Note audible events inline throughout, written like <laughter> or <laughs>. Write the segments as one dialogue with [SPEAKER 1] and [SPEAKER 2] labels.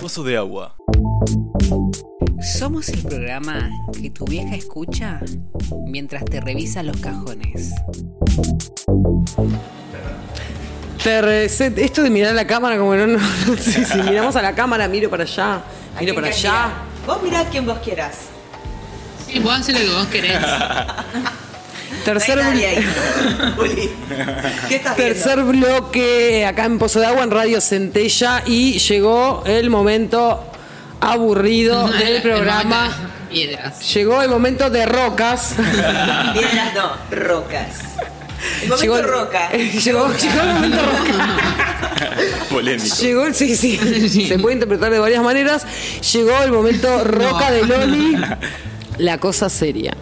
[SPEAKER 1] pozo de agua.
[SPEAKER 2] Somos el programa que tu vieja escucha mientras te revisa los cajones.
[SPEAKER 3] Te reset- Esto de mirar la cámara, como que no, no, no sé,
[SPEAKER 4] <laughs>
[SPEAKER 3] si miramos a la cámara, miro para allá, miro
[SPEAKER 4] quién
[SPEAKER 3] para
[SPEAKER 4] querés
[SPEAKER 3] allá.
[SPEAKER 4] mirar? Vos mirá a quien vos quieras.
[SPEAKER 2] Sí, vos haces lo que vos
[SPEAKER 3] <laughs>
[SPEAKER 2] querés.
[SPEAKER 3] Tercer,
[SPEAKER 4] no hay nadie
[SPEAKER 3] bl-
[SPEAKER 4] ahí.
[SPEAKER 3] <laughs>
[SPEAKER 4] Juli, ¿Qué estás
[SPEAKER 3] tercer bloque acá en Pozo de Agua, en Radio Centella, y llegó el momento aburrido
[SPEAKER 4] <laughs>
[SPEAKER 3] del programa.
[SPEAKER 2] Piedras.
[SPEAKER 3] Llegó el momento de rocas.
[SPEAKER 4] <laughs> viendo? Piedras no, rocas. El momento
[SPEAKER 3] Llegó el- <laughs>
[SPEAKER 4] roca.
[SPEAKER 3] Llegó, llegó el momento
[SPEAKER 4] <laughs>
[SPEAKER 3] roca.
[SPEAKER 1] Polémico.
[SPEAKER 3] Llegó el sí, sí.
[SPEAKER 2] Sí.
[SPEAKER 3] Se puede interpretar de varias maneras. Llegó el momento roca de
[SPEAKER 4] <laughs>
[SPEAKER 3] Loli. La cosa seria.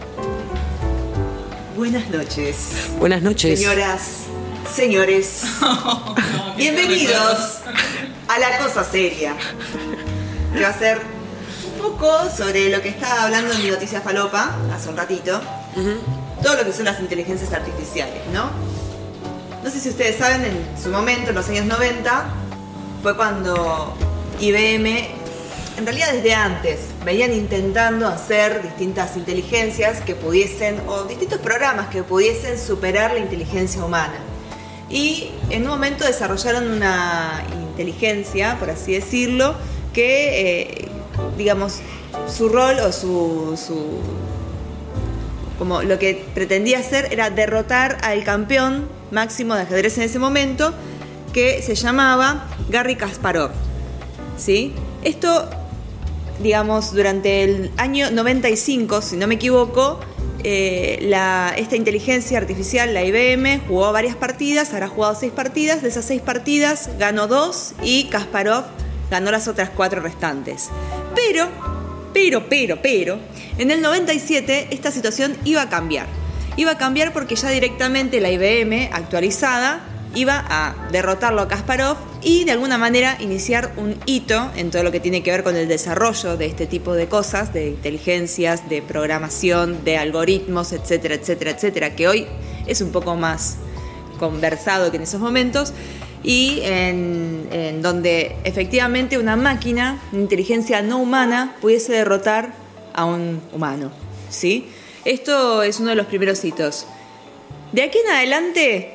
[SPEAKER 4] Buenas noches,
[SPEAKER 3] Buenas noches.
[SPEAKER 4] señoras,
[SPEAKER 3] <laughs>
[SPEAKER 4] señores. Bienvenidos a la cosa seria. Que va a ser un poco sobre lo que estaba hablando en mi noticia falopa hace un ratito. Todo lo que son las inteligencias artificiales, ¿no? No sé si ustedes saben, en su momento, en los años 90, fue cuando IBM, en realidad desde antes, venían intentando hacer distintas inteligencias que pudiesen, o distintos programas que pudiesen superar la inteligencia humana. Y en un momento desarrollaron una inteligencia, por así decirlo, que, eh, digamos, su rol o su- su, como lo que pretendía hacer era derrotar al campeón máximo de ajedrez en ese momento, que se llamaba Garry Kasparov. ¿Sí? Esto, digamos, durante el año 95, si no me equivoco, eh, la- esta inteligencia artificial, la IBM, jugó varias partidas, habrá jugado seis partidas, de esas seis partidas ganó dos y Kasparov ganó las otras cuatro restantes. Pero pero, pero, pero, en el 97 esta situación iba a cambiar. Iba a cambiar porque ya directamente la IBM actualizada iba a derrotarlo a Kasparov y de alguna manera iniciar un hito en todo lo que tiene que ver con el desarrollo de este tipo de cosas, de inteligencias, de programación, de algoritmos, etcétera, etcétera, etcétera, que hoy es un poco más conversado que en esos momentos y en, en donde efectivamente una máquina, una inteligencia no humana, pudiese derrotar a un humano. ¿sí? Esto es uno de los primeros hitos. De aquí en adelante,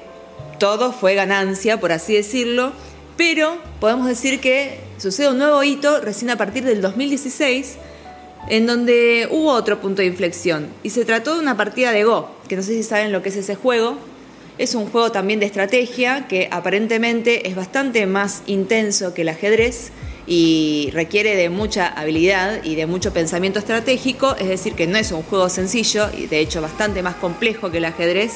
[SPEAKER 4] todo fue ganancia, por así decirlo, pero podemos decir que sucede un nuevo hito recién a partir del 2016, en donde hubo otro punto de inflexión, y se trató de una partida de Go, que no sé si saben lo que es ese juego. Es un juego también de estrategia que aparentemente es bastante más intenso que el ajedrez y requiere de mucha habilidad y de mucho pensamiento estratégico, es decir, que no es un juego sencillo y de hecho bastante más complejo que el ajedrez.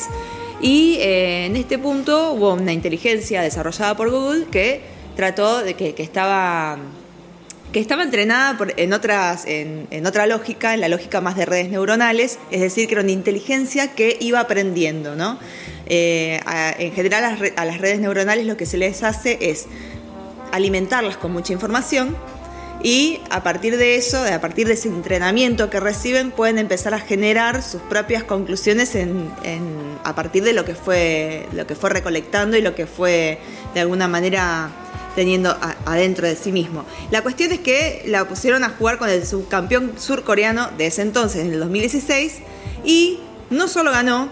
[SPEAKER 4] Y eh, en este punto hubo una inteligencia desarrollada por Google que trató de que, que estaba que estaba entrenada por- en, otras, en, en otra lógica, en la lógica más de redes neuronales, es decir, que era una inteligencia que iba aprendiendo, ¿no? Eh, a- en general a las re- a las redes neuronales lo que se les hace es alimentarlas con mucha información y a partir de eso, a partir de ese entrenamiento que reciben, pueden empezar a generar sus propias conclusiones en- en- a partir de lo que, fue, lo que fue recolectando y lo que fue de alguna manera teniendo a- adentro de sí mismo. La cuestión es que la pusieron a jugar con el subcampeón surcoreano de ese entonces, en el 2016, y no solo ganó,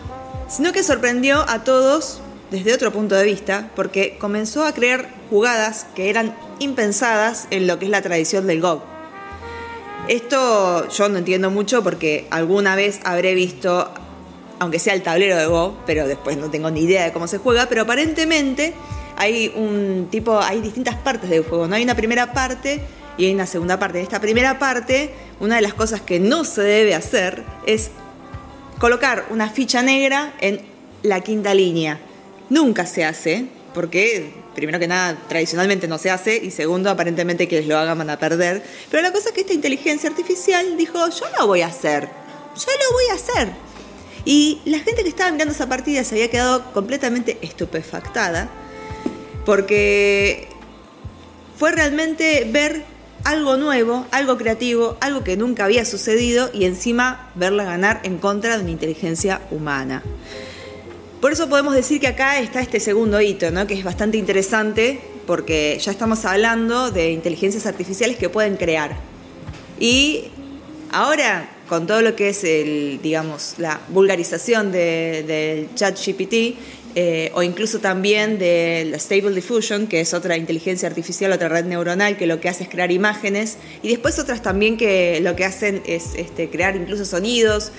[SPEAKER 4] sino que sorprendió a todos desde otro punto de vista, porque comenzó a crear jugadas que eran impensadas en lo que es la tradición del GOG. Esto yo no entiendo mucho porque alguna vez habré visto, aunque sea el tablero de Go, pero después no tengo ni idea de cómo se juega, pero aparentemente hay un tipo, hay distintas partes del juego, ¿no? Hay una primera parte y hay una segunda parte. En esta primera parte, una de las cosas que no se debe hacer es colocar una ficha negra en la quinta línea. Nunca se hace, porque primero que nada tradicionalmente no se hace y segundo aparentemente quienes lo hagan van a perder. Pero la cosa es que esta inteligencia artificial dijo, yo lo voy a hacer, yo lo voy a hacer. Y la gente que estaba mirando esa partida se había quedado completamente estupefactada porque fue realmente ver algo nuevo, algo creativo, algo que nunca había sucedido y encima verla ganar en contra de una inteligencia humana. Por eso podemos decir que acá está este segundo hito, ¿no? que es bastante interesante porque ya estamos hablando de inteligencias artificiales que pueden crear. Y ahora, con todo lo que es el, digamos, la vulgarización de- del chat GPT, eh, o incluso también de la Stable Diffusion, que es otra inteligencia artificial, otra red neuronal que lo que hace es crear imágenes, y después otras también que lo que hacen es este, crear incluso sonidos,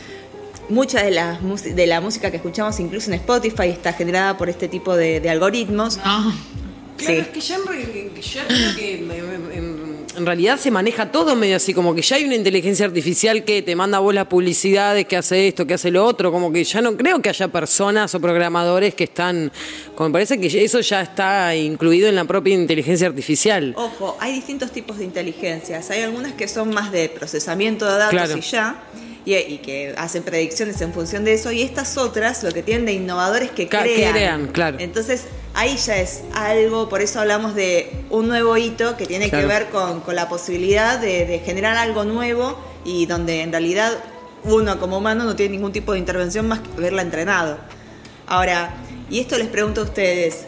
[SPEAKER 4] Mucha de la, de la música que escuchamos incluso en Spotify está generada por este tipo de, de algoritmos.
[SPEAKER 5] No.
[SPEAKER 3] Claro,
[SPEAKER 4] Sí.
[SPEAKER 3] es que ya, en, re- que ya creo que em, em, em, en realidad se maneja todo medio así, como que ya hay una inteligencia artificial que te manda a vos las publicidades, que hace esto, que hace lo otro, como que ya no creo que haya personas o programadores que están, como me parece que ya- eso ya está incluido en la propia inteligencia artificial.
[SPEAKER 4] Ojo, hay distintos tipos de inteligencias. Hay algunas que son más de procesamiento de datos
[SPEAKER 3] Claro.
[SPEAKER 4] y ya, y, y que hacen predicciones en función de eso. Y estas otras, lo que tienen de innovadores que
[SPEAKER 3] Ca-
[SPEAKER 4] crean.
[SPEAKER 3] crean, claro.
[SPEAKER 4] Entonces, ahí ya es algo, por eso hablamos de un nuevo hito que tiene
[SPEAKER 3] Claro.
[SPEAKER 4] que ver con, con la posibilidad de, de generar algo nuevo y donde en realidad uno como humano no tiene ningún tipo de intervención más que haberla entrenado. Ahora, y esto les pregunto a ustedes,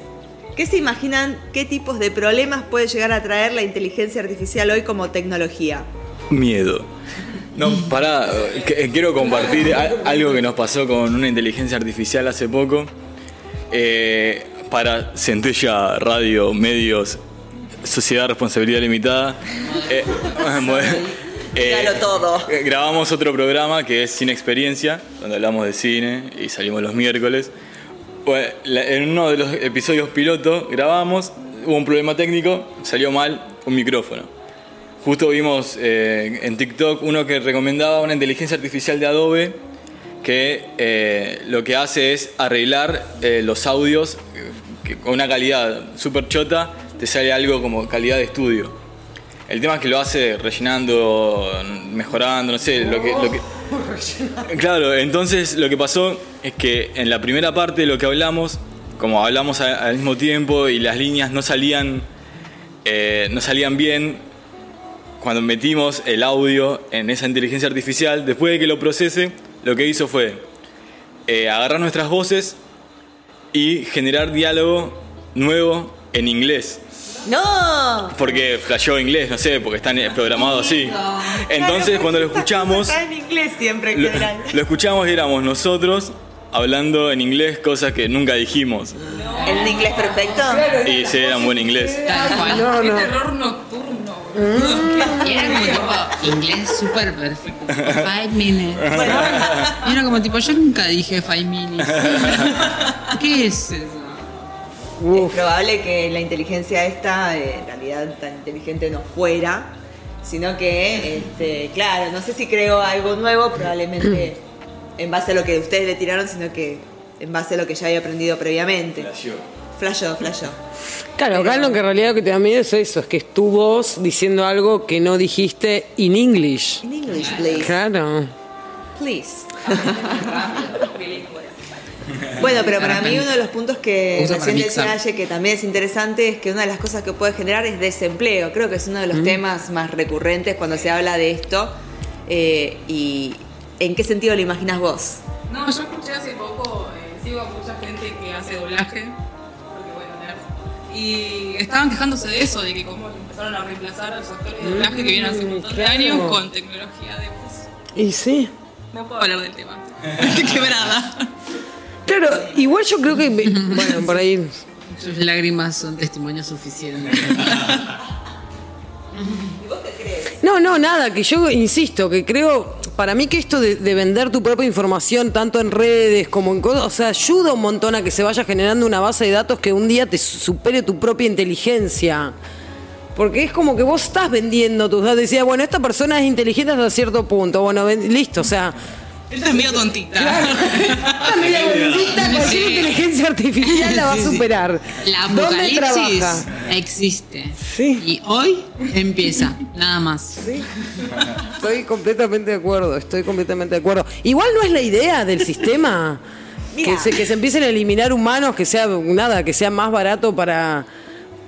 [SPEAKER 4] ¿qué se imaginan qué tipos de problemas puede llegar a traer la inteligencia artificial hoy como tecnología?
[SPEAKER 1] Miedo. No, pará, que- eh, quiero compartir a- algo que nos pasó con una inteligencia artificial hace poco. Eh, para Centella Radio, Medios, Sociedad Responsabilidad Limitada. Eh, <laughs> bueno, eh,
[SPEAKER 4] Míralo todo.
[SPEAKER 1] eh, Grabamos otro programa que es Sin Experiencia, donde hablamos de cine y salimos los miércoles. Bueno, la- en uno de los episodios piloto grabamos, hubo un problema técnico, salió mal un micrófono. Justo vimos eh, en TikTok uno que recomendaba una inteligencia artificial de Adobe que eh, lo que hace es arreglar eh, los audios eh, que con una calidad súper chota, te sale algo como calidad de estudio. El tema es que lo hace rellenando, mejorando, no sé, lo que... Lo que Claro, entonces lo que pasó es que en la primera parte lo que hablamos, como hablamos a- al mismo tiempo y las líneas no salían, eh, no salían bien, cuando metimos el audio en esa inteligencia artificial, después de que lo procese, lo que hizo fue eh, agarrar nuestras voces y generar diálogo nuevo en inglés.
[SPEAKER 4] ¡No!
[SPEAKER 1] Porque flasheó inglés, no sé, porque están eh, programados así. Entonces, cuando lo escuchamos,
[SPEAKER 4] <laughs> Está en inglés siempre en
[SPEAKER 1] lo,
[SPEAKER 4] general.
[SPEAKER 1] lo escuchamos y éramos nosotros hablando en inglés cosas que nunca dijimos.
[SPEAKER 4] ¿El inglés perfecto?
[SPEAKER 1] Y sí, eran buen inglés.
[SPEAKER 5] Tal cual.
[SPEAKER 3] No, no. Mm.
[SPEAKER 5] Qué terror nocturno. boludo. Qué
[SPEAKER 2] Era como
[SPEAKER 5] miedo.
[SPEAKER 2] tipo, inglés súper perfecto. Five
[SPEAKER 3] <laughs>
[SPEAKER 2] minutes.
[SPEAKER 4] Bueno,
[SPEAKER 2] Y era como tipo, yo nunca dije five
[SPEAKER 3] <laughs>
[SPEAKER 2] minutes. ¿Qué es eso?
[SPEAKER 4] Es probable que la inteligencia esta, eh, en realidad tan inteligente no fuera, sino que, este, claro, no sé si creo algo nuevo, probablemente en base a lo que ustedes le tiraron, sino que en base a lo que ya había aprendido previamente. Flashó, flashó.
[SPEAKER 3] Claro, acá lo que en realidad lo que te da miedo es eso, es que es tu voz diciendo algo que no dijiste in English.
[SPEAKER 4] In English, please.
[SPEAKER 3] Claro.
[SPEAKER 2] <laughs>
[SPEAKER 4] Please. Bueno, pero para mí uno de los puntos que
[SPEAKER 2] Usa para
[SPEAKER 4] recién
[SPEAKER 2] mixar.
[SPEAKER 4] decía Aye, que también es interesante, es que una de las cosas que puede generar es desempleo. Creo que es uno de
[SPEAKER 2] Mm.
[SPEAKER 4] los temas más recurrentes cuando se habla de esto. Eh, ¿Y en qué sentido lo imaginas vos?
[SPEAKER 5] No, yo escuché hace poco, eh, sigo a mucha gente que hace doblaje, porque bueno, nerds, y estaban quejándose de eso, de que cómo empezaron a reemplazar a los actores de doblaje que vienen hace un montón
[SPEAKER 3] claro.
[SPEAKER 5] de años con tecnología de voz.
[SPEAKER 3] Y sí.
[SPEAKER 5] No puedo hablar del tema.
[SPEAKER 3] Mm.
[SPEAKER 5] Estoy quebrada.
[SPEAKER 3] Claro, igual yo creo que.
[SPEAKER 2] <laughs>
[SPEAKER 3] Bueno, por ahí.
[SPEAKER 2] Sus lágrimas son testimonio
[SPEAKER 3] <laughs>
[SPEAKER 2] suficiente.
[SPEAKER 3] No, no, nada, que yo insisto, que creo. Para mí que esto de, de vender tu propia información, tanto en redes como en cosas, o sea, ayuda un montón a que se vaya generando una base de datos que un día te supere tu propia inteligencia. Porque es como que vos estás vendiendo tus datos. Decía, bueno, esta persona es inteligente hasta cierto punto. Bueno, ven- listo, o sea.
[SPEAKER 5] Esta es medio tontita.
[SPEAKER 3] <laughs> Esta media boludita, cualquier
[SPEAKER 2] Ah, Sí.
[SPEAKER 3] inteligencia artificial la va a
[SPEAKER 2] Sí, sí.
[SPEAKER 3] superar.
[SPEAKER 2] La
[SPEAKER 3] ¿Dónde
[SPEAKER 2] apocalipsis
[SPEAKER 3] trabaja?
[SPEAKER 2] existe.
[SPEAKER 3] Sí.
[SPEAKER 2] Y hoy empieza, nada más.
[SPEAKER 3] Estoy completamente de acuerdo, estoy completamente de acuerdo. Igual no es la idea del sistema. que,
[SPEAKER 4] Mira.
[SPEAKER 3] se, que se empiecen a eliminar humanos, que sea nada, que sea más barato para,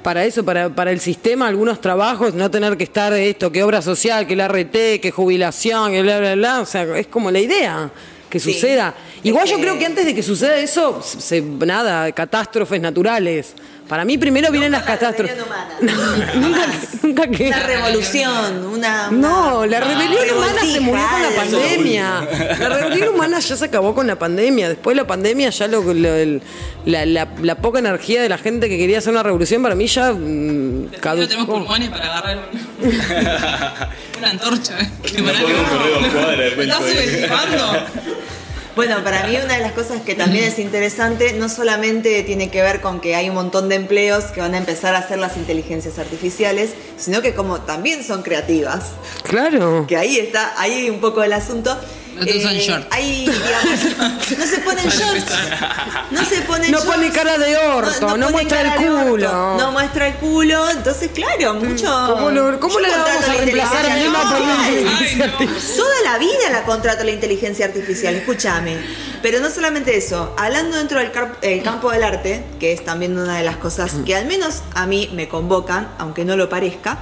[SPEAKER 3] para eso, para, para el sistema, algunos trabajos, no tener que estar esto, que obra social, que la RT, que jubilación, que bla, bla, bla. O sea, es como la idea que
[SPEAKER 4] Sí.
[SPEAKER 3] suceda. Igual
[SPEAKER 4] Es
[SPEAKER 3] yo
[SPEAKER 4] que-
[SPEAKER 3] creo que antes de que suceda eso, se- se- nada, catástrofes naturales. Para mí primero vienen las
[SPEAKER 4] la
[SPEAKER 3] catástrofes.
[SPEAKER 4] rebelión humana.
[SPEAKER 3] nunca,
[SPEAKER 4] Jamás.
[SPEAKER 3] nunca que.
[SPEAKER 4] Una revolución, una.
[SPEAKER 3] No,
[SPEAKER 4] una
[SPEAKER 3] la rebelión humana se
[SPEAKER 4] revoltija,
[SPEAKER 3] murió con la
[SPEAKER 4] algo.
[SPEAKER 3] pandemia. La rebelión humana ya se acabó con la pandemia. Después de la pandemia, ya lo, lo- el- la, la- la poca energía de la gente que quería hacer una revolución, para mí ya mm,
[SPEAKER 5] No tenemos
[SPEAKER 3] caducó.
[SPEAKER 5] pulmones para agarrar un-
[SPEAKER 3] <laughs>
[SPEAKER 5] una antorcha. que
[SPEAKER 1] No
[SPEAKER 5] para-
[SPEAKER 1] podemos correr dos cuadras, de repente.
[SPEAKER 3] <laughs>
[SPEAKER 5] ¿Estás subestimando?
[SPEAKER 4] Bueno, para mí una de las cosas que también es interesante, no solamente tiene que ver con que hay un montón de empleos que van a empezar a hacer las inteligencias artificiales, sino que como también son creativas,
[SPEAKER 3] Claro.
[SPEAKER 4] que ahí está, ahí un poco el asunto. eh,
[SPEAKER 5] No te usan short.
[SPEAKER 4] Ahí, digamos, no se
[SPEAKER 5] <laughs>
[SPEAKER 4] ponen shorts. No se ponen
[SPEAKER 3] No
[SPEAKER 4] shorts.
[SPEAKER 3] pone cara de orto, no
[SPEAKER 4] ponen
[SPEAKER 3] muestra
[SPEAKER 4] cara
[SPEAKER 3] el
[SPEAKER 4] de orto,
[SPEAKER 3] culo. Mm,
[SPEAKER 4] No muestra el culo, entonces claro, mucho...
[SPEAKER 3] ¿Cómo, lo, cómo
[SPEAKER 4] Yo
[SPEAKER 3] la
[SPEAKER 4] contrato
[SPEAKER 3] vamos a
[SPEAKER 4] la
[SPEAKER 3] reemplazar a
[SPEAKER 4] inteligencia
[SPEAKER 3] Emma por una
[SPEAKER 4] artificial.
[SPEAKER 3] inteligencia
[SPEAKER 5] Ay, no.
[SPEAKER 3] artificial?
[SPEAKER 4] Toda la vida la contrato la inteligencia artificial, escúchame. Pero no solamente eso, hablando dentro del car- el campo del arte, que es también una de las cosas que al menos a mí me convocan, aunque no lo parezca.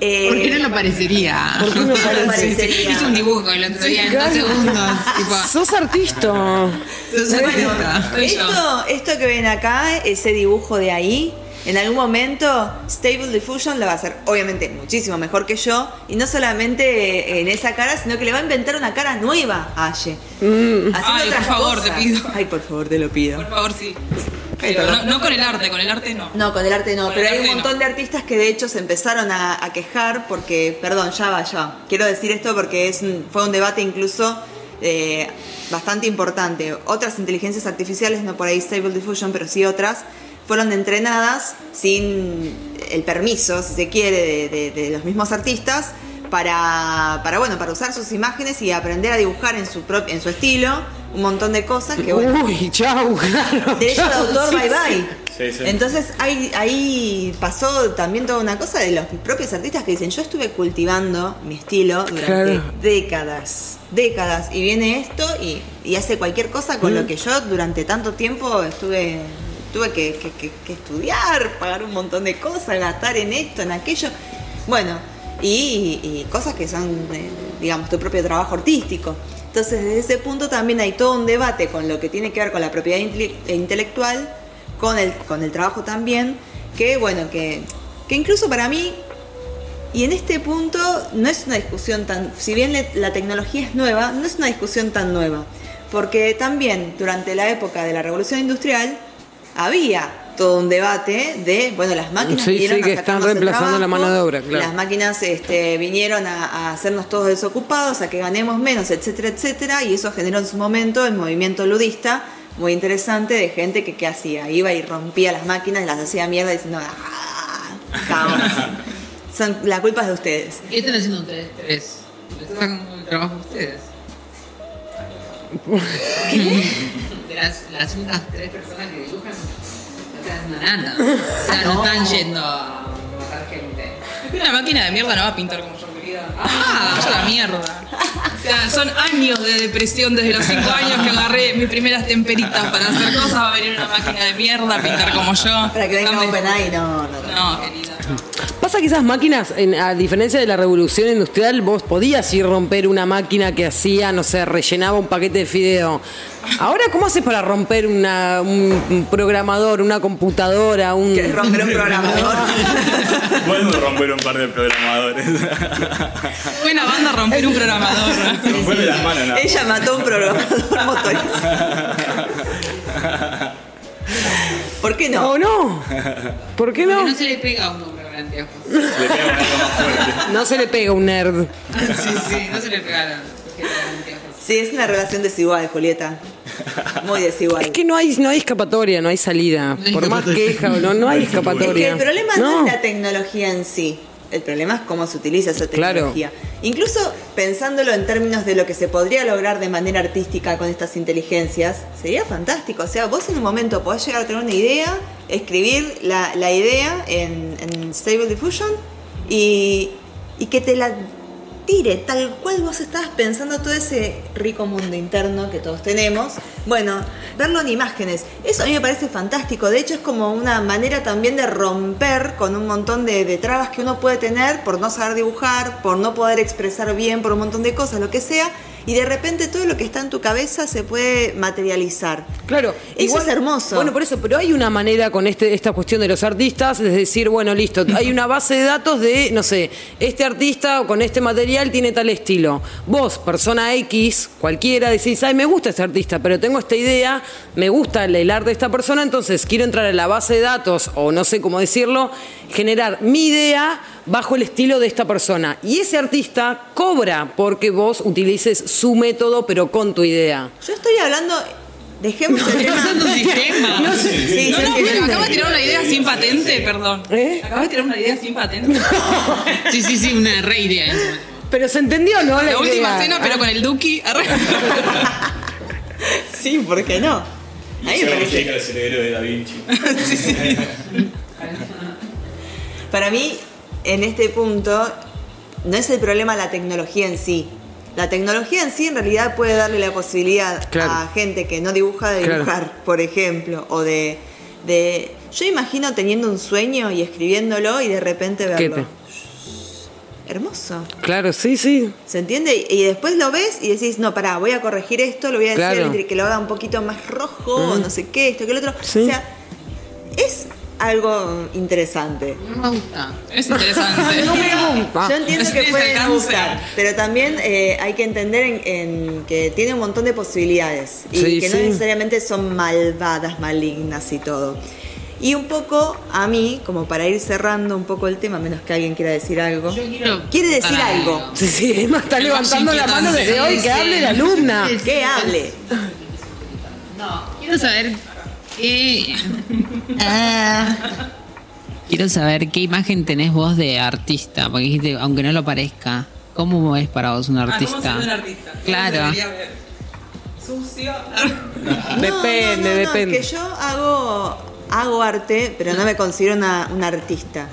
[SPEAKER 4] eh,
[SPEAKER 6] ¿Por
[SPEAKER 4] <laughs>
[SPEAKER 6] qué no lo parecería?
[SPEAKER 3] ¿Por qué no
[SPEAKER 4] parece? parecería?
[SPEAKER 5] Hice un dibujo el otro día en dos
[SPEAKER 3] claro.
[SPEAKER 5] segundos. Tipo,
[SPEAKER 3] Sos artista.
[SPEAKER 6] Sos artista.
[SPEAKER 5] <laughs> Soy yo.
[SPEAKER 4] esto, esto que ven acá, ese dibujo de ahí, en algún momento Stable Diffusion la va a hacer obviamente muchísimo mejor que yo, y no solamente eh, en esa cara, sino que le va a inventar una cara nueva a Aye. Haciendo
[SPEAKER 5] Mm. Ay, por
[SPEAKER 4] otras
[SPEAKER 5] favor, te pido.
[SPEAKER 4] Ay, por favor, te lo pido.
[SPEAKER 5] Por favor, sí. Pero no, no con el arte, con el arte no.
[SPEAKER 4] No, con el arte no,
[SPEAKER 5] Con el
[SPEAKER 4] pero hay un
[SPEAKER 5] arte
[SPEAKER 4] montón
[SPEAKER 5] no.
[SPEAKER 4] de artistas que de hecho se empezaron a, a quejar porque, perdón, ya va, ya va. Quiero decir esto porque es un- fue un debate incluso eh, bastante importante. Otras inteligencias artificiales, no por ahí Stable Diffusion, pero sí otras, fueron entrenadas sin el permiso, si se quiere, de, de- de los mismos artistas para, para, bueno, para usar sus imágenes y aprender a dibujar en su, prop- en su estilo un montón de cosas que, bueno,
[SPEAKER 3] Uy, chau, claro.
[SPEAKER 4] Derecho de
[SPEAKER 3] chau,
[SPEAKER 4] autor,
[SPEAKER 3] sí,
[SPEAKER 4] bye bye.
[SPEAKER 1] Sí, sí.
[SPEAKER 4] Entonces ahí, ahí pasó también toda una cosa de los propios artistas que dicen, yo estuve cultivando mi estilo durante
[SPEAKER 3] Claro.
[SPEAKER 4] décadas, décadas, y viene esto y, y hace cualquier cosa con lo que yo durante tanto tiempo estuve tuve que, que- que- que estudiar, pagar un montón de cosas, gastar en esto, en aquello. Bueno, y, y cosas que son, eh, digamos, tu propio trabajo artístico. Entonces, desde ese punto también hay todo un debate con lo que tiene que ver con la propiedad intele- intelectual, con el, con el trabajo también, que bueno, que, que incluso para mí, y en este punto no es una discusión tan, si bien le- la tecnología es nueva, no es una discusión tan nueva, porque también durante la época de la revolución industrial había todo un debate de, bueno, las máquinas
[SPEAKER 3] Sí, sí,
[SPEAKER 4] vinieron a
[SPEAKER 3] que están
[SPEAKER 4] sacarnos el
[SPEAKER 3] reemplazando la mano de obra, claro.
[SPEAKER 4] las máquinas este, vinieron a, a hacernos todos desocupados, a que ganemos menos, etcétera, etcétera, y eso generó en su momento el movimiento ludista, muy interesante, de gente que qué hacía, iba y rompía las máquinas, las hacía mierda diciendo, ¡ah! caos". Son, la culpa es de ustedes.
[SPEAKER 6] ¿Qué están haciendo ustedes tres? Les sacan el trabajo a
[SPEAKER 4] <laughs>
[SPEAKER 6] ustedes. De las, las únicas tres personas que dibujan, no están haciendo nada. O
[SPEAKER 4] Ah,
[SPEAKER 6] sea, no, están yendo a matar gente.
[SPEAKER 5] Una máquina de mierda no va a pintar como yo, querida. Ah, vaya la mierda. O sea, son años de depresión desde los 5 años que agarré mis primeras temperitas para hacer cosas. Va a venir una máquina de mierda a pintar como yo.
[SPEAKER 4] Para que venga
[SPEAKER 5] Dame-
[SPEAKER 4] OpenAI, no, no, no.
[SPEAKER 5] No, querida. no.
[SPEAKER 3] Pasa que esas máquinas, en- a diferencia de la revolución industrial, vos podías ir romper una máquina que hacía, no sé, rellenaba un paquete de fideo. Ahora, ¿cómo haces para romper una- un, un programador, una computadora, un...
[SPEAKER 4] Que romper
[SPEAKER 1] <laughs>
[SPEAKER 4] un programador.
[SPEAKER 1] Vuelvo a romper un par de programadores.
[SPEAKER 5] Buena banda romper un programador.
[SPEAKER 1] Romperle las manos, nada.
[SPEAKER 4] Ella mató a
[SPEAKER 1] <laughs>
[SPEAKER 4] un programador motorista. ¿Por qué no?
[SPEAKER 3] ¿O Oh, no? ¿Por qué no?
[SPEAKER 6] Porque no se le pega a un hombre grande ojo.
[SPEAKER 1] Le pega un poco más fuerte.
[SPEAKER 3] No se le pega a un nerd.
[SPEAKER 6] Sí, sí, no se le pegaron. anteojos.
[SPEAKER 4] Sí, es una relación desigual, Julieta. Muy desigual.
[SPEAKER 3] Es que no hay, no hay escapatoria, no hay salida.
[SPEAKER 6] No hay
[SPEAKER 3] Por más
[SPEAKER 6] escapatoria.
[SPEAKER 3] queja o no, no <laughs> hay
[SPEAKER 4] Que
[SPEAKER 3] escapatoria.
[SPEAKER 4] el problema no. es la tecnología en sí. El problema es cómo se utiliza esa
[SPEAKER 3] Claro.
[SPEAKER 4] tecnología. Incluso pensándolo en términos de lo que se podría lograr de manera artística con estas inteligencias, sería fantástico. O sea, vos en un momento podés llegar a tener una idea, escribir la, la idea en, en Stable Diffusion y, y que te la tire tal cual vos estabas pensando todo ese rico mundo interno que todos tenemos. Bueno, verlo en imágenes, eso a mí me parece fantástico. De hecho, es como una manera también de romper con un montón de, de trabas que uno puede tener por no saber dibujar, por no poder expresar bien, por un montón de cosas, lo que sea. Y de repente todo lo que está en tu cabeza se puede materializar.
[SPEAKER 3] Claro,
[SPEAKER 4] Eso es hermoso.
[SPEAKER 3] Bueno, por eso, pero hay una manera con este, esta cuestión de los artistas, es decir, bueno,
[SPEAKER 4] <laughs>
[SPEAKER 3] listo, hay una base de datos de, no sé, este artista con este material tiene tal estilo. Vos, persona X, cualquiera, decís, ay, me gusta este artista, pero tengo esta idea, me gusta el, el arte de esta persona, entonces quiero entrar a la base de datos, o no sé cómo decirlo, generar mi idea bajo el estilo de esta persona. Y ese artista cobra porque vos utilices su método, pero con tu idea.
[SPEAKER 4] Yo estoy hablando, dejemos el
[SPEAKER 5] Estoy
[SPEAKER 4] tema.
[SPEAKER 5] usando un
[SPEAKER 3] <laughs>
[SPEAKER 5] sistema.
[SPEAKER 4] No sé. Sí,
[SPEAKER 5] no,
[SPEAKER 4] se
[SPEAKER 5] no,
[SPEAKER 4] entiende.
[SPEAKER 5] pero acabo de tirar una idea sin patente, perdón.
[SPEAKER 3] ¿Eh?
[SPEAKER 5] Acabo de tirar una idea sin patente.
[SPEAKER 6] Sí, sí, sí, una re idea. eso.
[SPEAKER 3] Pero se entendió, ¿no?
[SPEAKER 5] La última
[SPEAKER 3] idea.
[SPEAKER 5] cena, pero con el Duki. Arre.
[SPEAKER 4] Sí, ¿por qué no? A mí me parece-
[SPEAKER 1] el cerebro de Da Vinci.
[SPEAKER 4] Para mí, en este punto, no es el problema la tecnología en sí. La tecnología en sí en realidad puede darle la posibilidad
[SPEAKER 3] Claro.
[SPEAKER 4] a gente que no dibuja de
[SPEAKER 3] Claro.
[SPEAKER 4] dibujar, por ejemplo, o de, de- Yo imagino teniendo un sueño y escribiéndolo y de repente
[SPEAKER 3] ¿Qué
[SPEAKER 4] verlo. Hermoso.
[SPEAKER 3] Claro, sí, sí.
[SPEAKER 4] ¿Se entiende? Y- Y después lo ves y decís, no, pará, voy a corregir esto, lo voy a decir
[SPEAKER 3] Claro. Mm.
[SPEAKER 4] al Vitri que lo haga un poquito más rojo, o no sé qué, esto, que el otro.
[SPEAKER 3] Sí.
[SPEAKER 4] O sea, es algo interesante.
[SPEAKER 6] No me gusta.
[SPEAKER 5] Es
[SPEAKER 3] <laughs>
[SPEAKER 5] interesante.
[SPEAKER 3] No me gusta.
[SPEAKER 4] Ah, Yo entiendo
[SPEAKER 5] Es
[SPEAKER 4] que
[SPEAKER 5] que
[SPEAKER 4] puede
[SPEAKER 5] se
[SPEAKER 4] no
[SPEAKER 5] cansa.
[SPEAKER 4] gustar, pero también eh, hay que entender en, en que tiene un montón de posibilidades y
[SPEAKER 3] Sí,
[SPEAKER 4] que no
[SPEAKER 3] sí.
[SPEAKER 4] necesariamente son malvadas, malignas y todo. Y un poco a mí, como para ir cerrando un poco el tema, a menos que alguien quiera decir algo.
[SPEAKER 6] Yo quiero-
[SPEAKER 4] Quiere decir algo.
[SPEAKER 3] Sí, sí, <laughs> Emma está
[SPEAKER 5] El
[SPEAKER 3] levantando la mano desde hoy, que hable la alumna.
[SPEAKER 4] Que hable.
[SPEAKER 6] Quiero saber qué. Ah. Quiero saber qué imagen tenés vos de artista, porque dijiste, aunque no lo parezca, ¿cómo es para vos un
[SPEAKER 5] Ah, ¿cómo
[SPEAKER 6] artista?
[SPEAKER 5] soy un artista? ¿Cómo
[SPEAKER 6] Claro.
[SPEAKER 5] debería ver? Sucio.
[SPEAKER 3] Depende,
[SPEAKER 4] no,
[SPEAKER 3] depende.
[SPEAKER 4] Es que yo hago, hago arte, pero no me considero una, una artista.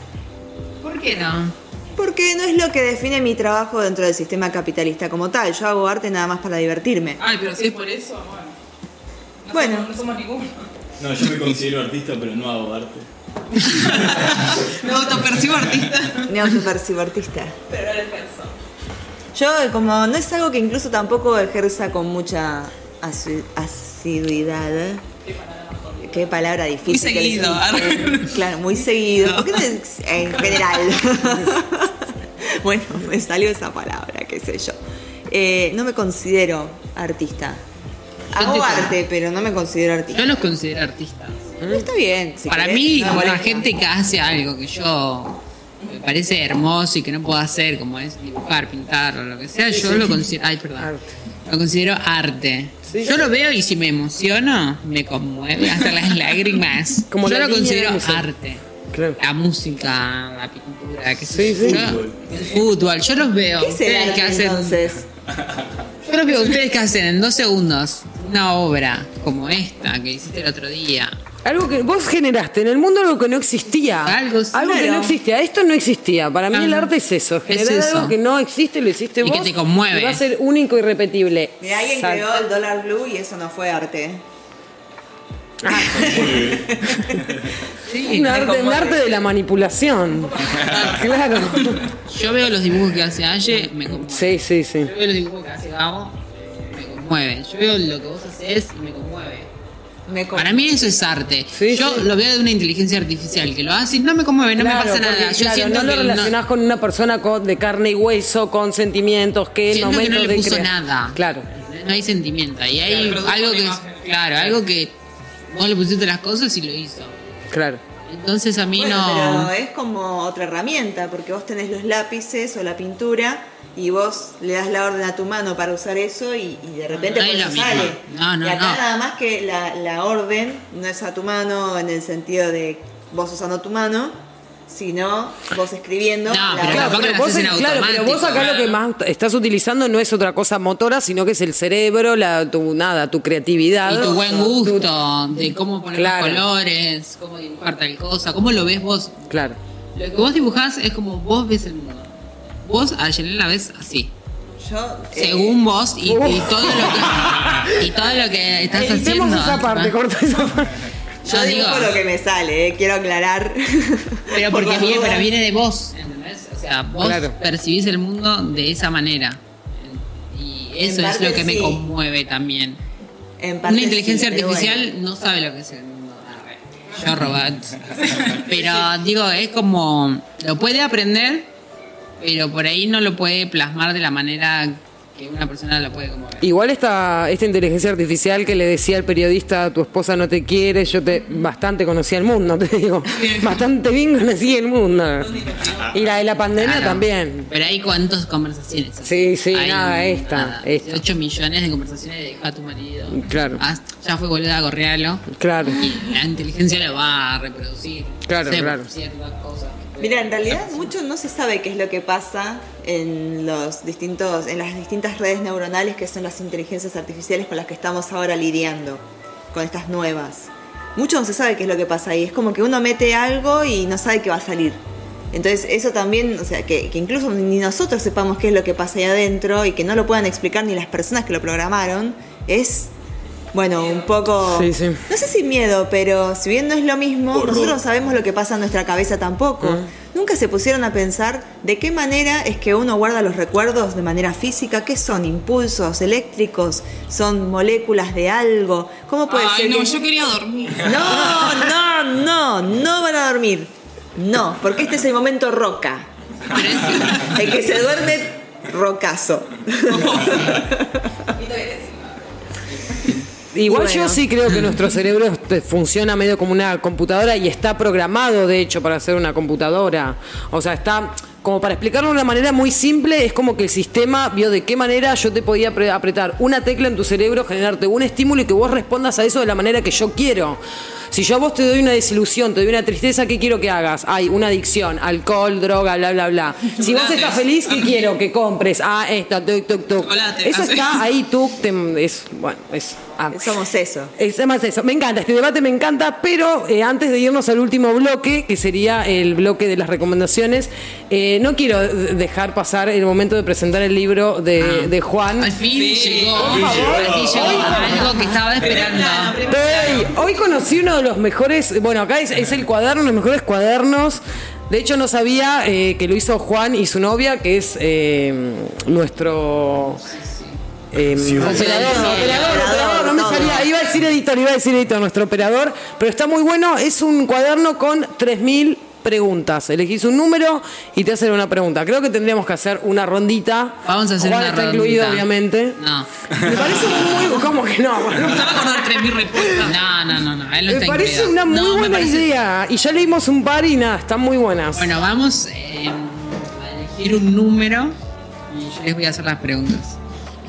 [SPEAKER 6] ¿Por qué no?
[SPEAKER 4] Porque no es lo que define mi trabajo dentro del sistema capitalista como tal. Yo hago arte nada más para divertirme.
[SPEAKER 5] Ay, pero si es por eso, bueno. No
[SPEAKER 4] Bueno.
[SPEAKER 5] somos- no somos ninguno.
[SPEAKER 1] No, yo me considero artista, pero no hago arte.
[SPEAKER 5] Me autopercibo artista.
[SPEAKER 4] Me autopercibo artista.
[SPEAKER 5] Pero no defenso.
[SPEAKER 4] Yo, como no es algo que incluso tampoco ejerza con mucha asu- asiduidad. ¿eh? Qué palabra difícil.
[SPEAKER 5] Muy
[SPEAKER 4] que elegí.
[SPEAKER 5] seguido, arre.
[SPEAKER 4] Claro, muy seguido. ¿Por qué no es-
[SPEAKER 6] <laughs>
[SPEAKER 4] en general? bueno, me salió esa palabra, qué sé yo. Eh, no me considero artista. Hago
[SPEAKER 6] Yo te-
[SPEAKER 4] arte, pero no me
[SPEAKER 6] <laughs>
[SPEAKER 4] considero
[SPEAKER 6] Yo
[SPEAKER 4] artista.
[SPEAKER 6] los considero artistas.
[SPEAKER 4] Está bien. si
[SPEAKER 6] Para
[SPEAKER 4] querés,
[SPEAKER 6] mí,
[SPEAKER 4] no
[SPEAKER 6] como la
[SPEAKER 4] molesta.
[SPEAKER 6] gente que hace algo que yo me parece hermoso y que no puedo hacer, como es dibujar, pintar o lo que sea, yo lo considero. Ay, perdón. Lo considero arte. yo lo veo y si me emociono, me conmueve hasta
[SPEAKER 3] <laughs>
[SPEAKER 6] las lágrimas.
[SPEAKER 3] Como
[SPEAKER 6] yo
[SPEAKER 3] la
[SPEAKER 6] lo
[SPEAKER 3] niña
[SPEAKER 6] considero
[SPEAKER 3] del museo.
[SPEAKER 6] arte.
[SPEAKER 3] Claro.
[SPEAKER 6] La música, la pintura, que
[SPEAKER 3] Sí, sí.
[SPEAKER 1] Fútbol.
[SPEAKER 6] El fútbol, yo los veo.
[SPEAKER 4] ¿Qué es el
[SPEAKER 6] Ustedes que
[SPEAKER 4] arte,
[SPEAKER 6] hacen-
[SPEAKER 4] entonces?
[SPEAKER 6] yo los veo ustedes que hacen en dos segundos una obra como esta que hiciste el otro día.
[SPEAKER 3] Algo que vos generaste en el mundo algo que no existía.
[SPEAKER 6] Algo, sí.
[SPEAKER 3] que
[SPEAKER 4] Claro.
[SPEAKER 3] no existía. Esto no existía. Para mí el
[SPEAKER 6] Ajá.
[SPEAKER 3] arte es eso.
[SPEAKER 6] Es
[SPEAKER 3] Generar
[SPEAKER 6] eso.
[SPEAKER 3] algo que no existe, lo hiciste
[SPEAKER 6] Y que
[SPEAKER 3] vos.
[SPEAKER 6] te conmueve.
[SPEAKER 3] y va a ser único y repetible.
[SPEAKER 4] Mirá, alguien
[SPEAKER 3] Sal-
[SPEAKER 4] creó el dólar blue y eso no fue arte.
[SPEAKER 6] Sí.
[SPEAKER 3] Un arte, un arte de
[SPEAKER 6] <laughs>
[SPEAKER 3] la manipulación. claro.
[SPEAKER 6] Yo veo los dibujos que hace Aye, me conmueve.
[SPEAKER 3] Sí, sí, sí.
[SPEAKER 6] Yo veo los dibujos que hace Gabo, me conmueve. Yo veo lo que vos haces y me conmueve.
[SPEAKER 4] Me com-
[SPEAKER 6] Para mí eso es arte.
[SPEAKER 3] Sí,
[SPEAKER 6] yo
[SPEAKER 3] sí.
[SPEAKER 6] lo veo de una inteligencia artificial que lo hace y no me conmueve, no
[SPEAKER 3] Claro,
[SPEAKER 6] me pasa nada.
[SPEAKER 3] porque,
[SPEAKER 6] Yo
[SPEAKER 3] claro,
[SPEAKER 6] siento
[SPEAKER 3] no lo
[SPEAKER 6] que
[SPEAKER 3] relacionás con una persona con- de carne y hueso, con sentimientos, que en
[SPEAKER 6] Siento que no
[SPEAKER 3] momento
[SPEAKER 6] le
[SPEAKER 3] de
[SPEAKER 6] puso
[SPEAKER 3] crear-
[SPEAKER 6] nada.
[SPEAKER 3] Claro.
[SPEAKER 6] no hay sentimiento. Y hay
[SPEAKER 5] Claro, produjo
[SPEAKER 6] algo
[SPEAKER 5] una
[SPEAKER 6] que.
[SPEAKER 5] imagen.
[SPEAKER 6] Claro, algo que vos le pusiste las cosas y lo hizo.
[SPEAKER 3] Claro.
[SPEAKER 6] Entonces a mí
[SPEAKER 4] Bueno,
[SPEAKER 6] no.
[SPEAKER 4] pero es como otra herramienta, porque vos tenés los lápices o la pintura y vos le das la orden a tu mano para usar eso y, y de repente
[SPEAKER 6] no
[SPEAKER 4] por
[SPEAKER 6] es
[SPEAKER 4] eso
[SPEAKER 6] lo mismo.
[SPEAKER 4] sale.
[SPEAKER 6] No, no,
[SPEAKER 4] y acá
[SPEAKER 6] no.
[SPEAKER 4] nada más que la, la orden no es a tu mano en el sentido de vos usando tu mano, sino vos escribiendo.
[SPEAKER 6] No,
[SPEAKER 4] la
[SPEAKER 6] pero
[SPEAKER 4] orden.
[SPEAKER 3] Claro,
[SPEAKER 6] tampoco
[SPEAKER 3] pero,
[SPEAKER 6] las
[SPEAKER 3] vos,
[SPEAKER 6] haces en
[SPEAKER 3] claro, pero vos acá
[SPEAKER 6] automático.
[SPEAKER 3] lo que más estás utilizando no es otra cosa motora, sino que es el cerebro, la, tu nada, tu creatividad.
[SPEAKER 6] Y tu buen
[SPEAKER 3] Tu-
[SPEAKER 6] gusto, de cómo poner
[SPEAKER 3] Claro.
[SPEAKER 6] los colores, cómo dibujar tal cosa, cómo lo ves vos.
[SPEAKER 3] claro.
[SPEAKER 6] Lo que vos dibujás es como vos ves el mundo. Vos a Yelena la ves así.
[SPEAKER 4] Yo, eh,
[SPEAKER 6] Según vos y, y todo lo que y todo lo
[SPEAKER 3] <laughs>
[SPEAKER 6] que estás
[SPEAKER 3] Eh. Editemos
[SPEAKER 6] haciendo. ¿eh?
[SPEAKER 3] esa parte,
[SPEAKER 6] ¿no?
[SPEAKER 3] corta esa parte.
[SPEAKER 4] yo
[SPEAKER 6] Yo digo,
[SPEAKER 4] dibujo lo que me sale, eh, quiero aclarar.
[SPEAKER 6] pero
[SPEAKER 4] <laughs> Por
[SPEAKER 6] porque
[SPEAKER 4] las
[SPEAKER 6] viene,
[SPEAKER 4] dudas.
[SPEAKER 6] pero viene de vos, ¿entendés? O sea, vos
[SPEAKER 3] Claro.
[SPEAKER 6] percibís el mundo de esa manera. Y eso es
[SPEAKER 4] parte
[SPEAKER 6] lo que me
[SPEAKER 4] sí.
[SPEAKER 6] conmueve también.
[SPEAKER 4] En parte
[SPEAKER 6] Una inteligencia
[SPEAKER 4] sí, pero
[SPEAKER 6] artificial
[SPEAKER 4] bueno.
[SPEAKER 6] no sabe lo que es el mundo. Yo robot. Pero digo, es como, lo puede aprender, pero por ahí no lo puede plasmar de la manera que una persona lo puede conmover.
[SPEAKER 3] Igual esta, esta inteligencia artificial que le decía al periodista, tu esposa no te quiere, yo te bastante conocí el mundo, <laughs> te digo. Bastante bien conocí el mundo. Y la de la pandemia
[SPEAKER 6] Claro.
[SPEAKER 3] también.
[SPEAKER 6] Pero hay cuántas conversaciones.
[SPEAKER 3] Sí, sí, nada, esta, esta.
[SPEAKER 6] 8 millones de conversaciones de a tu marido.
[SPEAKER 3] Claro.
[SPEAKER 6] Haz- ya fue boluda a gorrearlo.
[SPEAKER 3] Claro.
[SPEAKER 6] Y la inteligencia lo va a reproducir.
[SPEAKER 3] Claro,
[SPEAKER 6] No sé, por
[SPEAKER 3] claro.
[SPEAKER 6] ciertas cosas que puede-
[SPEAKER 4] Mira, en realidad mucho no se sabe qué es lo que pasa en los distintos, en las distintas redes neuronales que son las inteligencias artificiales con las que estamos ahora lidiando, con estas nuevas. Mucho no se sabe qué es lo que pasa ahí. Es como que uno mete algo y no sabe qué va a salir. Entonces eso también, o sea, que, que incluso ni nosotros sepamos qué es lo que pasa ahí adentro y que no lo puedan explicar ni las personas que lo programaron, es, bueno, un poco...
[SPEAKER 3] Sí, sí.
[SPEAKER 4] No sé si miedo, pero si bien no es lo mismo,
[SPEAKER 1] Horror.
[SPEAKER 4] nosotros no sabemos lo que pasa en nuestra cabeza tampoco.
[SPEAKER 5] Ah.
[SPEAKER 4] Nunca se pusieron a pensar de qué manera es que uno guarda los recuerdos de manera física, qué son impulsos eléctricos, son moléculas de algo, cómo puede
[SPEAKER 5] Ay,
[SPEAKER 4] ser...
[SPEAKER 5] no,
[SPEAKER 4] que-
[SPEAKER 5] yo quería dormir.
[SPEAKER 4] <laughs> no, no, no, no van a dormir. No, porque este es el momento roca. El que se duerme, rocazo.
[SPEAKER 3] Igual
[SPEAKER 4] Bueno.
[SPEAKER 3] yo sí creo que
[SPEAKER 5] <laughs>
[SPEAKER 3] nuestro cerebro este, funciona medio como una computadora y está programado, de hecho, para ser una computadora. O sea, está, como para explicarlo de una manera muy simple, es como que el sistema vio de qué manera yo te podía apre- apretar una tecla en tu cerebro, generarte un estímulo y que vos respondas a eso de la manera que yo quiero. Si yo a vos te doy una desilusión, te doy una tristeza, ¿qué quiero que hagas? Hay una adicción, alcohol, droga, bla, bla,
[SPEAKER 5] <laughs>
[SPEAKER 3] bla. Si vos estás feliz, ¿qué quiero? Que compres. Ah, esta, tuk, tuk, tuk.
[SPEAKER 5] Chocolate,
[SPEAKER 3] Eso
[SPEAKER 5] hace. <laughs>
[SPEAKER 3] está ahí, tú, te- es, bueno, es... ah.
[SPEAKER 4] Somos eso.
[SPEAKER 3] Es más eso, me encanta, este debate me encanta, pero eh, antes de irnos al último bloque, que sería el bloque de las recomendaciones, eh, no quiero de- dejar pasar el momento de presentar el libro de, de Juan.
[SPEAKER 6] Al fin llegó.
[SPEAKER 1] Por favor.
[SPEAKER 6] Al fin llegó algo que estaba esperando.
[SPEAKER 3] Ey, hoy conocí uno de los mejores, bueno, acá es, es el cuaderno, los mejores cuadernos. De hecho, no sabía eh, que lo hizo Juan y su novia, que es eh, nuestro... eh, operador,
[SPEAKER 6] Sí,
[SPEAKER 3] operador,
[SPEAKER 4] operador,
[SPEAKER 3] operador, no me
[SPEAKER 4] todo.
[SPEAKER 3] salía. Iba a decir editor, iba a decir editor, nuestro operador, pero está muy bueno. Es un cuaderno con 3.000 preguntas. Elegís un número y te hacen una pregunta. Creo que tendríamos que hacer una rondita.
[SPEAKER 6] Vamos a hacer
[SPEAKER 3] Juan
[SPEAKER 6] una
[SPEAKER 3] está
[SPEAKER 6] ronda.
[SPEAKER 3] incluido, obviamente.
[SPEAKER 6] No.
[SPEAKER 3] Me parece muy... ¿Cómo que no?
[SPEAKER 6] <laughs>
[SPEAKER 5] No me acordar a acordar 3.000 respuestas.
[SPEAKER 6] No, no, no, no. Él no
[SPEAKER 3] Me
[SPEAKER 6] está
[SPEAKER 3] parece
[SPEAKER 6] incluido.
[SPEAKER 3] una muy
[SPEAKER 6] No, me
[SPEAKER 3] buena
[SPEAKER 6] parece-
[SPEAKER 3] idea. Y ya leímos un par y nada, están muy buenas.
[SPEAKER 6] Bueno, vamos eh, a elegir un número y yo les voy a hacer las preguntas.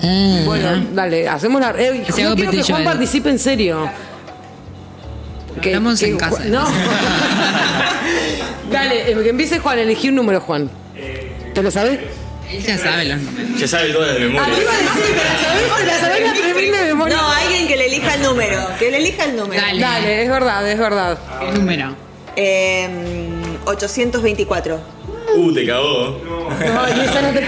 [SPEAKER 3] Mm. Bueno, dale, hacemos la. eh,
[SPEAKER 6] Que se
[SPEAKER 3] yo
[SPEAKER 6] haga
[SPEAKER 3] quiero que
[SPEAKER 6] petición.
[SPEAKER 3] Juan participe en serio.
[SPEAKER 6] Estamos en casa.
[SPEAKER 3] No. dale, eh, que empiece Juan, elegí un número, Juan. ¿Te lo sabes?
[SPEAKER 6] <laughs> Él ya sabe los números.
[SPEAKER 1] Ya sabe todo de
[SPEAKER 3] Ah,
[SPEAKER 1] memoria.
[SPEAKER 3] te iba a decir,
[SPEAKER 4] <laughs>
[SPEAKER 3] te la sabés, te la sabés la tremenda memoria.
[SPEAKER 4] No, alguien que le elija el número. Que le elija el número.
[SPEAKER 6] Dale.
[SPEAKER 3] Dale, es verdad, es verdad.
[SPEAKER 6] ¿Qué número?
[SPEAKER 4] Eh, 824.
[SPEAKER 1] Uh, te cagó.
[SPEAKER 3] No, y esa no te-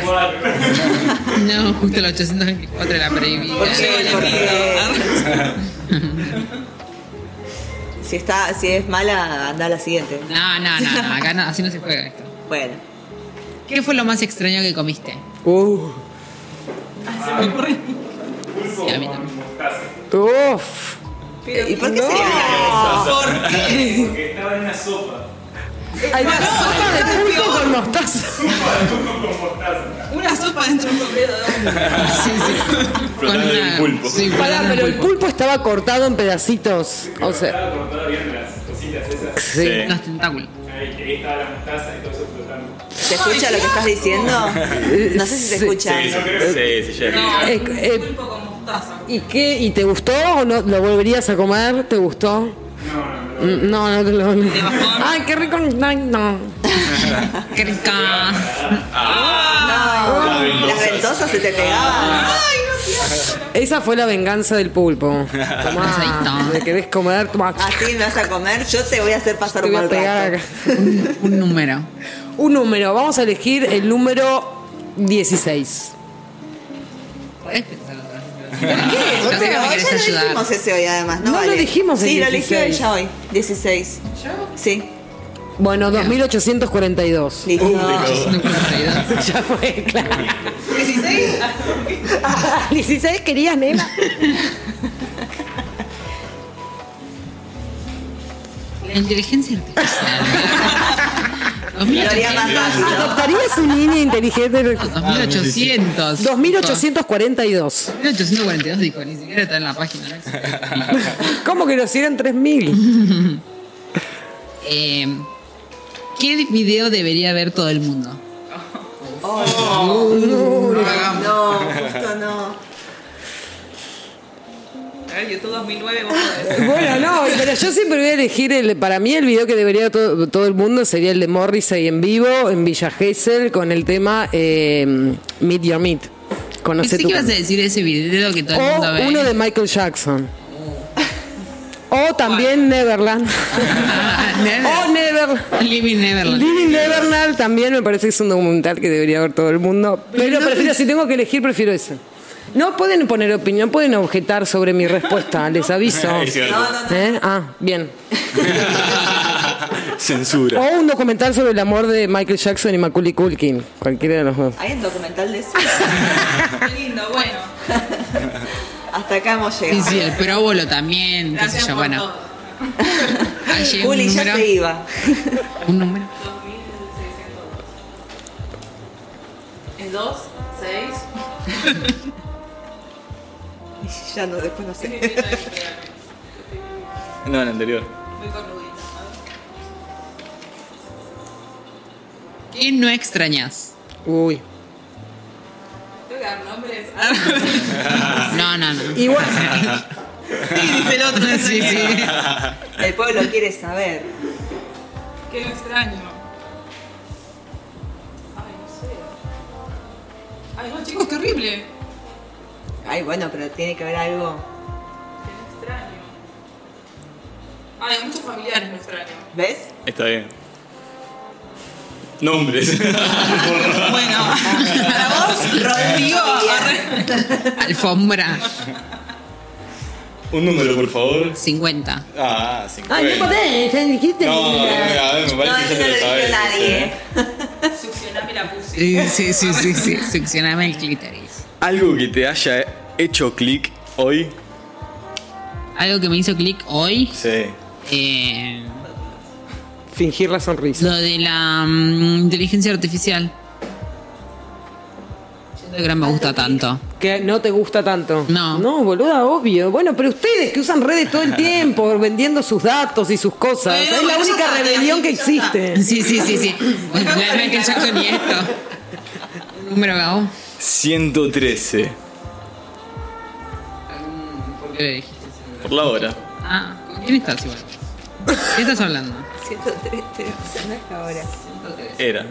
[SPEAKER 6] No, justo el 824 la prohibida.
[SPEAKER 4] ¿Por qué? Porque... si, está, si es mala, anda a la siguiente.
[SPEAKER 6] No, no, no, no, acá no, así no se juega esto.
[SPEAKER 4] Bueno.
[SPEAKER 6] ¿Qué fue lo más extraño que comiste?
[SPEAKER 3] Uh,
[SPEAKER 6] Sí, a mí también.
[SPEAKER 3] Uf.
[SPEAKER 4] ¿Y por qué sería eso?
[SPEAKER 5] ¿Por qué?
[SPEAKER 3] Hay una sopa de pulpo con mostaza.
[SPEAKER 5] Una sopa dentro de un sombrero de hombre.
[SPEAKER 6] Sí, sí.
[SPEAKER 1] Flotando en el pulpo.
[SPEAKER 6] Sí,
[SPEAKER 3] Pará,
[SPEAKER 6] flotando en
[SPEAKER 3] pero el pulpo estaba cortado en pedacitos. O sea. Sí.
[SPEAKER 1] Sí.
[SPEAKER 6] Los tentáculos.
[SPEAKER 4] ¿Se escucha lo que estás diciendo? No sé si se
[SPEAKER 3] Sí.
[SPEAKER 4] escucha.
[SPEAKER 1] Sí, sí, sí, ya.
[SPEAKER 5] No,
[SPEAKER 3] Eh, eh,
[SPEAKER 5] un poco con mostaza.
[SPEAKER 3] ¿Y qué? ¿Y te gustó o no? ¿Lo volverías a comer? ¿Te gustó? Mm, No, no, te lo- no.
[SPEAKER 5] bajón?
[SPEAKER 3] Ay, qué rico. Ay, no.
[SPEAKER 6] ¡Qué rica!
[SPEAKER 4] No, las ventosas se te pegaban.
[SPEAKER 3] Ah. Esa fue la venganza del <laughs> pulpo. Tomá,
[SPEAKER 6] Aceitón.
[SPEAKER 3] me querés comer, tomá.
[SPEAKER 4] Así me vas a comer, yo te voy a hacer pasar
[SPEAKER 3] Te
[SPEAKER 4] un
[SPEAKER 3] voy a
[SPEAKER 4] mal
[SPEAKER 3] pegar
[SPEAKER 4] rato.
[SPEAKER 3] acá.
[SPEAKER 6] Un, un número.
[SPEAKER 3] Un número, vamos a elegir el número 16.
[SPEAKER 6] Podés pensar otra vez.
[SPEAKER 4] ¿Qué?
[SPEAKER 6] Yo sé que me
[SPEAKER 4] ya
[SPEAKER 6] querés
[SPEAKER 4] lo
[SPEAKER 6] ayudar.
[SPEAKER 4] dijimos ese hoy, además. No,
[SPEAKER 3] No lo
[SPEAKER 4] vale.
[SPEAKER 3] dijimos el
[SPEAKER 4] Sí, lo eligió
[SPEAKER 3] 16.
[SPEAKER 4] ella hoy, 16. Sí.
[SPEAKER 3] Bueno, 2842.
[SPEAKER 4] Listo.
[SPEAKER 3] <laughs> Ya fue, claro. <laughs>
[SPEAKER 4] 16.
[SPEAKER 3] 16 Ah, querías, <laughs> nena.
[SPEAKER 6] La inteligencia artificial.
[SPEAKER 4] Lo haría más
[SPEAKER 6] 2800.
[SPEAKER 4] fácil.
[SPEAKER 3] ¿Adoptarías un niño inteligente?
[SPEAKER 6] 2800.
[SPEAKER 3] Ah, 2842.
[SPEAKER 6] 2842 dijo, ni siquiera está en la página. no existe.
[SPEAKER 3] ¿Cómo que nos hicieran 3000?
[SPEAKER 6] Eh, ¿Qué video debería ver todo el mundo?
[SPEAKER 4] Ah, No, justo no.
[SPEAKER 5] A ver, YouTube 2009, vos podés.
[SPEAKER 3] Bueno, no, pero yo siempre voy a elegir el. Para mí, el video que debería todo, todo el mundo sería el de Morrissey en vivo, en Villa Gesell, con el tema eh, Meet Your Meet. Conoce
[SPEAKER 6] Pensé
[SPEAKER 3] tu
[SPEAKER 6] que ibas a
[SPEAKER 3] canción.
[SPEAKER 6] decir ese video que todo el mundo ve.
[SPEAKER 3] O uno de
[SPEAKER 6] <laughs>
[SPEAKER 3] Michael Jackson. O también Neverland.
[SPEAKER 6] <laughs> Never-
[SPEAKER 3] o Neverland.
[SPEAKER 6] <laughs> Living Neverland.
[SPEAKER 3] Living Neverland también me parece que es un documental que debería ver todo el mundo. Pero prefiero, si tengo que elegir, prefiero ese. No pueden poner opinión, pueden objetar sobre mi <laughs> respuesta, les aviso.
[SPEAKER 1] Es cierto.
[SPEAKER 4] No, no, no.
[SPEAKER 3] ¿Eh? Ah, bien.
[SPEAKER 1] Censura.
[SPEAKER 3] O un documental sobre el amor de Michael Jackson y Macaulay Culkin, cualquiera de los dos.
[SPEAKER 4] Hay un documental de <laughs> eso.
[SPEAKER 5] Qué lindo, bueno.
[SPEAKER 4] <laughs> Hasta acá hemos
[SPEAKER 6] Sí,
[SPEAKER 4] llegado.
[SPEAKER 6] sí, el próbolo también, qué
[SPEAKER 5] Gracias
[SPEAKER 6] sé yo,
[SPEAKER 5] por
[SPEAKER 6] <laughs> bueno.
[SPEAKER 5] todo.
[SPEAKER 6] Ahí llega
[SPEAKER 4] Juli
[SPEAKER 6] un
[SPEAKER 4] ya
[SPEAKER 6] número,
[SPEAKER 4] se iba.
[SPEAKER 6] un número.
[SPEAKER 5] El 2, 6.
[SPEAKER 4] Ya no, después no sé.
[SPEAKER 1] No, el anterior.
[SPEAKER 5] Muy cornudita.
[SPEAKER 6] ¿Qué no extrañas?
[SPEAKER 3] Uy.
[SPEAKER 5] Tengo que dar nombres.
[SPEAKER 6] No, no, no.
[SPEAKER 3] Igual,
[SPEAKER 5] Sí, dice
[SPEAKER 6] <laughs>
[SPEAKER 5] el otro.
[SPEAKER 6] Sí, sí.
[SPEAKER 4] <laughs> El pueblo quiere saber.
[SPEAKER 5] Qué extraño. Ay, no sé. Ay, no, chicos, qué horrible.
[SPEAKER 4] Ay, bueno, pero tiene que haber algo.
[SPEAKER 5] Qué extraño. Ay, a muchos familiares me extraño.
[SPEAKER 4] ¿Ves?
[SPEAKER 1] Está bien. Nombres.
[SPEAKER 5] Bueno, para vos, Rodrigo. arre-
[SPEAKER 6] <laughs> Alfombra,
[SPEAKER 1] Un número, por favor.
[SPEAKER 6] 50.
[SPEAKER 1] Ah, 50.
[SPEAKER 3] ay, no podés, ya dijiste.
[SPEAKER 1] No, no, a ver, me
[SPEAKER 4] No,
[SPEAKER 1] parece que ya
[SPEAKER 4] eso no lo
[SPEAKER 1] te lo
[SPEAKER 4] dijo
[SPEAKER 1] sabes.
[SPEAKER 4] nadie.
[SPEAKER 1] ¿eh?
[SPEAKER 5] Succioname la puse.
[SPEAKER 6] Sí, sí, sí, sí, sí. Succioname el clítoris.
[SPEAKER 1] Algo que te haya hecho clic hoy.
[SPEAKER 6] Algo que me hizo clic hoy,
[SPEAKER 1] Sí.
[SPEAKER 6] eh,
[SPEAKER 3] Fingir la sonrisa.
[SPEAKER 6] lo de la mm, inteligencia artificial. Siento que no me gusta tanto.
[SPEAKER 3] Que no te gusta tanto.
[SPEAKER 6] No.
[SPEAKER 3] No, boluda, obvio. Bueno, pero ustedes que usan redes todo el tiempo, <laughs> vendiendo sus datos y sus cosas.
[SPEAKER 5] Pero
[SPEAKER 3] es la
[SPEAKER 5] eso
[SPEAKER 3] única
[SPEAKER 5] está,
[SPEAKER 3] rebelión que
[SPEAKER 5] ya está.
[SPEAKER 3] existe.
[SPEAKER 6] Sí, sí, sí, sí. Bueno, no es Michael Jackson ni esto. Un Número Gabo.
[SPEAKER 1] 113.
[SPEAKER 6] ¿Por qué le dijiste?
[SPEAKER 1] Por la hora.
[SPEAKER 6] Ah, ¿con quién estás igual? ¿Qué estás hablando?
[SPEAKER 4] 103, pero no es ahora.
[SPEAKER 1] Era.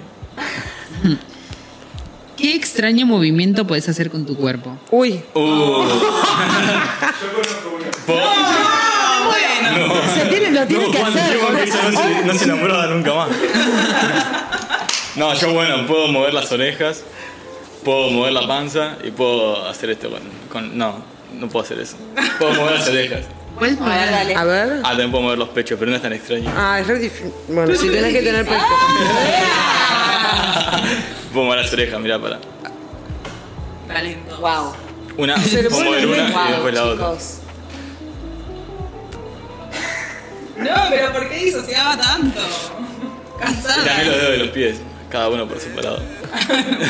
[SPEAKER 6] ¿Qué extraño movimiento puedes hacer con tu cuerpo?
[SPEAKER 3] Uy,
[SPEAKER 1] Uh. Po-
[SPEAKER 3] se tiene, lo tiene
[SPEAKER 1] No,
[SPEAKER 3] que
[SPEAKER 1] Juan,
[SPEAKER 3] hacer.
[SPEAKER 1] yo creo que ella no se, no se enamoró nunca más. No, yo bueno, puedo mover las orejas, puedo mover la panza y puedo hacer esto con... con- no, no puedo hacer eso. Puedo mover las orejas.
[SPEAKER 6] Puedes mover.
[SPEAKER 4] dale.
[SPEAKER 3] A ver.
[SPEAKER 1] Ah, también puedo mover los pechos, pero no es tan extraño.
[SPEAKER 3] Ah, es re difícil. Bueno, si tenés que tener pecho.
[SPEAKER 1] Puedo mover las orejas, mirá, para.
[SPEAKER 5] Talento.
[SPEAKER 4] Wow.
[SPEAKER 1] Una, puedo
[SPEAKER 3] le pone
[SPEAKER 1] mover
[SPEAKER 3] bien
[SPEAKER 1] una y
[SPEAKER 4] Wow,
[SPEAKER 1] después la otra.
[SPEAKER 4] chicos.
[SPEAKER 5] No, pero ¿por qué disociaba tanto?
[SPEAKER 1] Y
[SPEAKER 5] Cansada.
[SPEAKER 1] también los dedos de los pies, cada uno por separado.
[SPEAKER 6] Ah,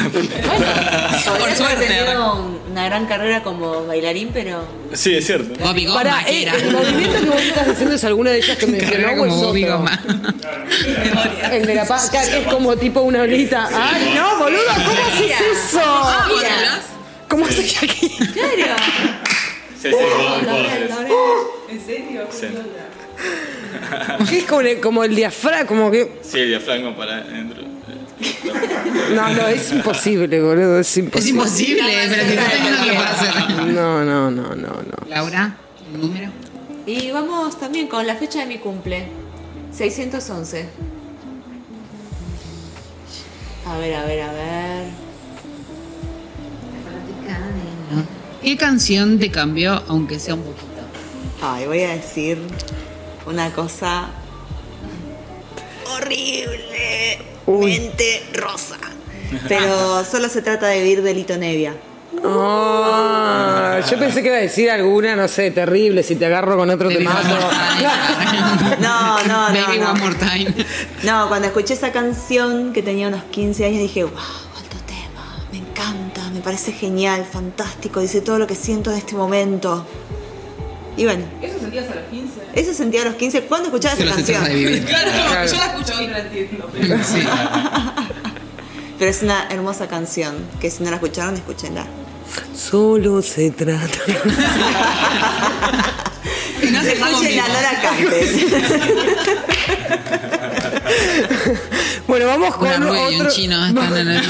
[SPEAKER 4] Podría haber
[SPEAKER 5] suerte.
[SPEAKER 4] tenido una gran carrera como bailarín, pero
[SPEAKER 1] Sí, es cierto.
[SPEAKER 6] Bobby Goma,
[SPEAKER 3] Pará,
[SPEAKER 6] que
[SPEAKER 3] eh,
[SPEAKER 6] era.
[SPEAKER 3] el
[SPEAKER 6] <laughs>
[SPEAKER 3] movimiento que vos estás haciendo es alguna de ellas que
[SPEAKER 6] Carrera
[SPEAKER 3] mencionó o
[SPEAKER 6] como
[SPEAKER 3] es
[SPEAKER 6] Bobby
[SPEAKER 3] otro.
[SPEAKER 6] Goma.
[SPEAKER 3] El de la paz, claro, que es como tipo una olita. Ay, no, boludo, ¿cómo haces eso?
[SPEAKER 5] Mira.
[SPEAKER 3] ¿Cómo haces aquí?
[SPEAKER 4] claro.
[SPEAKER 1] Sí, sí, puedo, puedo hacer eso.
[SPEAKER 5] ¿En serio?
[SPEAKER 1] Sí.
[SPEAKER 3] Es como el, como el diafragma, como que.
[SPEAKER 1] Sí, el diafragma para adentro.
[SPEAKER 3] No, no, es imposible, boludo, es
[SPEAKER 6] Es
[SPEAKER 3] imposible.
[SPEAKER 6] imposible, pero te estoy diciendo que lo puedes hacer.
[SPEAKER 3] No, no, no, no, no.
[SPEAKER 6] Laura, un número.
[SPEAKER 4] Y vamos también con la fecha de mi cumple. 611. A ver, a ver, a ver.
[SPEAKER 6] ¿Qué canción te cambió, aunque sea un poquito?
[SPEAKER 4] Ay, voy a decir una cosa horrible.
[SPEAKER 3] Uy.
[SPEAKER 4] Mente rosa. Pero solo se trata de vivir delito nevia.
[SPEAKER 3] Ah, yo pensé que iba a decir alguna, no sé, terrible, si te agarro con otro te
[SPEAKER 6] Baby
[SPEAKER 3] mato.
[SPEAKER 6] One More <laughs> Time.
[SPEAKER 4] No, no, no,
[SPEAKER 6] Baby
[SPEAKER 4] no.
[SPEAKER 6] One More Time.
[SPEAKER 4] No, cuando escuché esa canción que tenía unos 15 años dije, wow, alto tema, me encanta, me parece genial, fantástico, dice todo lo que siento en este momento. Y bueno,
[SPEAKER 5] ¿Eso sentías a los 15?
[SPEAKER 4] eso sentía a los 15 cuando escuchaba
[SPEAKER 6] Solo
[SPEAKER 4] esa
[SPEAKER 6] se trata de
[SPEAKER 4] canción.
[SPEAKER 6] vivir.
[SPEAKER 5] Claro, yo la escucho hoy y no la entiendo. pero-
[SPEAKER 6] Sí.
[SPEAKER 4] Pero es una hermosa canción, que si no la escucharon, escúchenla.
[SPEAKER 3] Solo se trata.
[SPEAKER 6] <laughs> Y no se come.
[SPEAKER 4] Escúchenla, no la cantes.
[SPEAKER 3] Bueno, vamos
[SPEAKER 6] Una
[SPEAKER 3] con
[SPEAKER 6] rubia y un
[SPEAKER 3] otro.
[SPEAKER 6] chino están en el...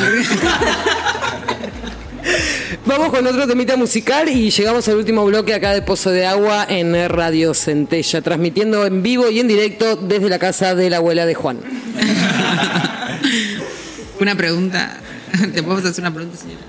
[SPEAKER 3] Vamos con otro temita musical y llegamos al último bloque acá de Pozo de Agua en Radio Centella, transmitiendo en vivo y en directo desde la casa de la abuela de Juan.
[SPEAKER 6] <laughs> Una pregunta. ¿Te puedo hacer una pregunta, señora?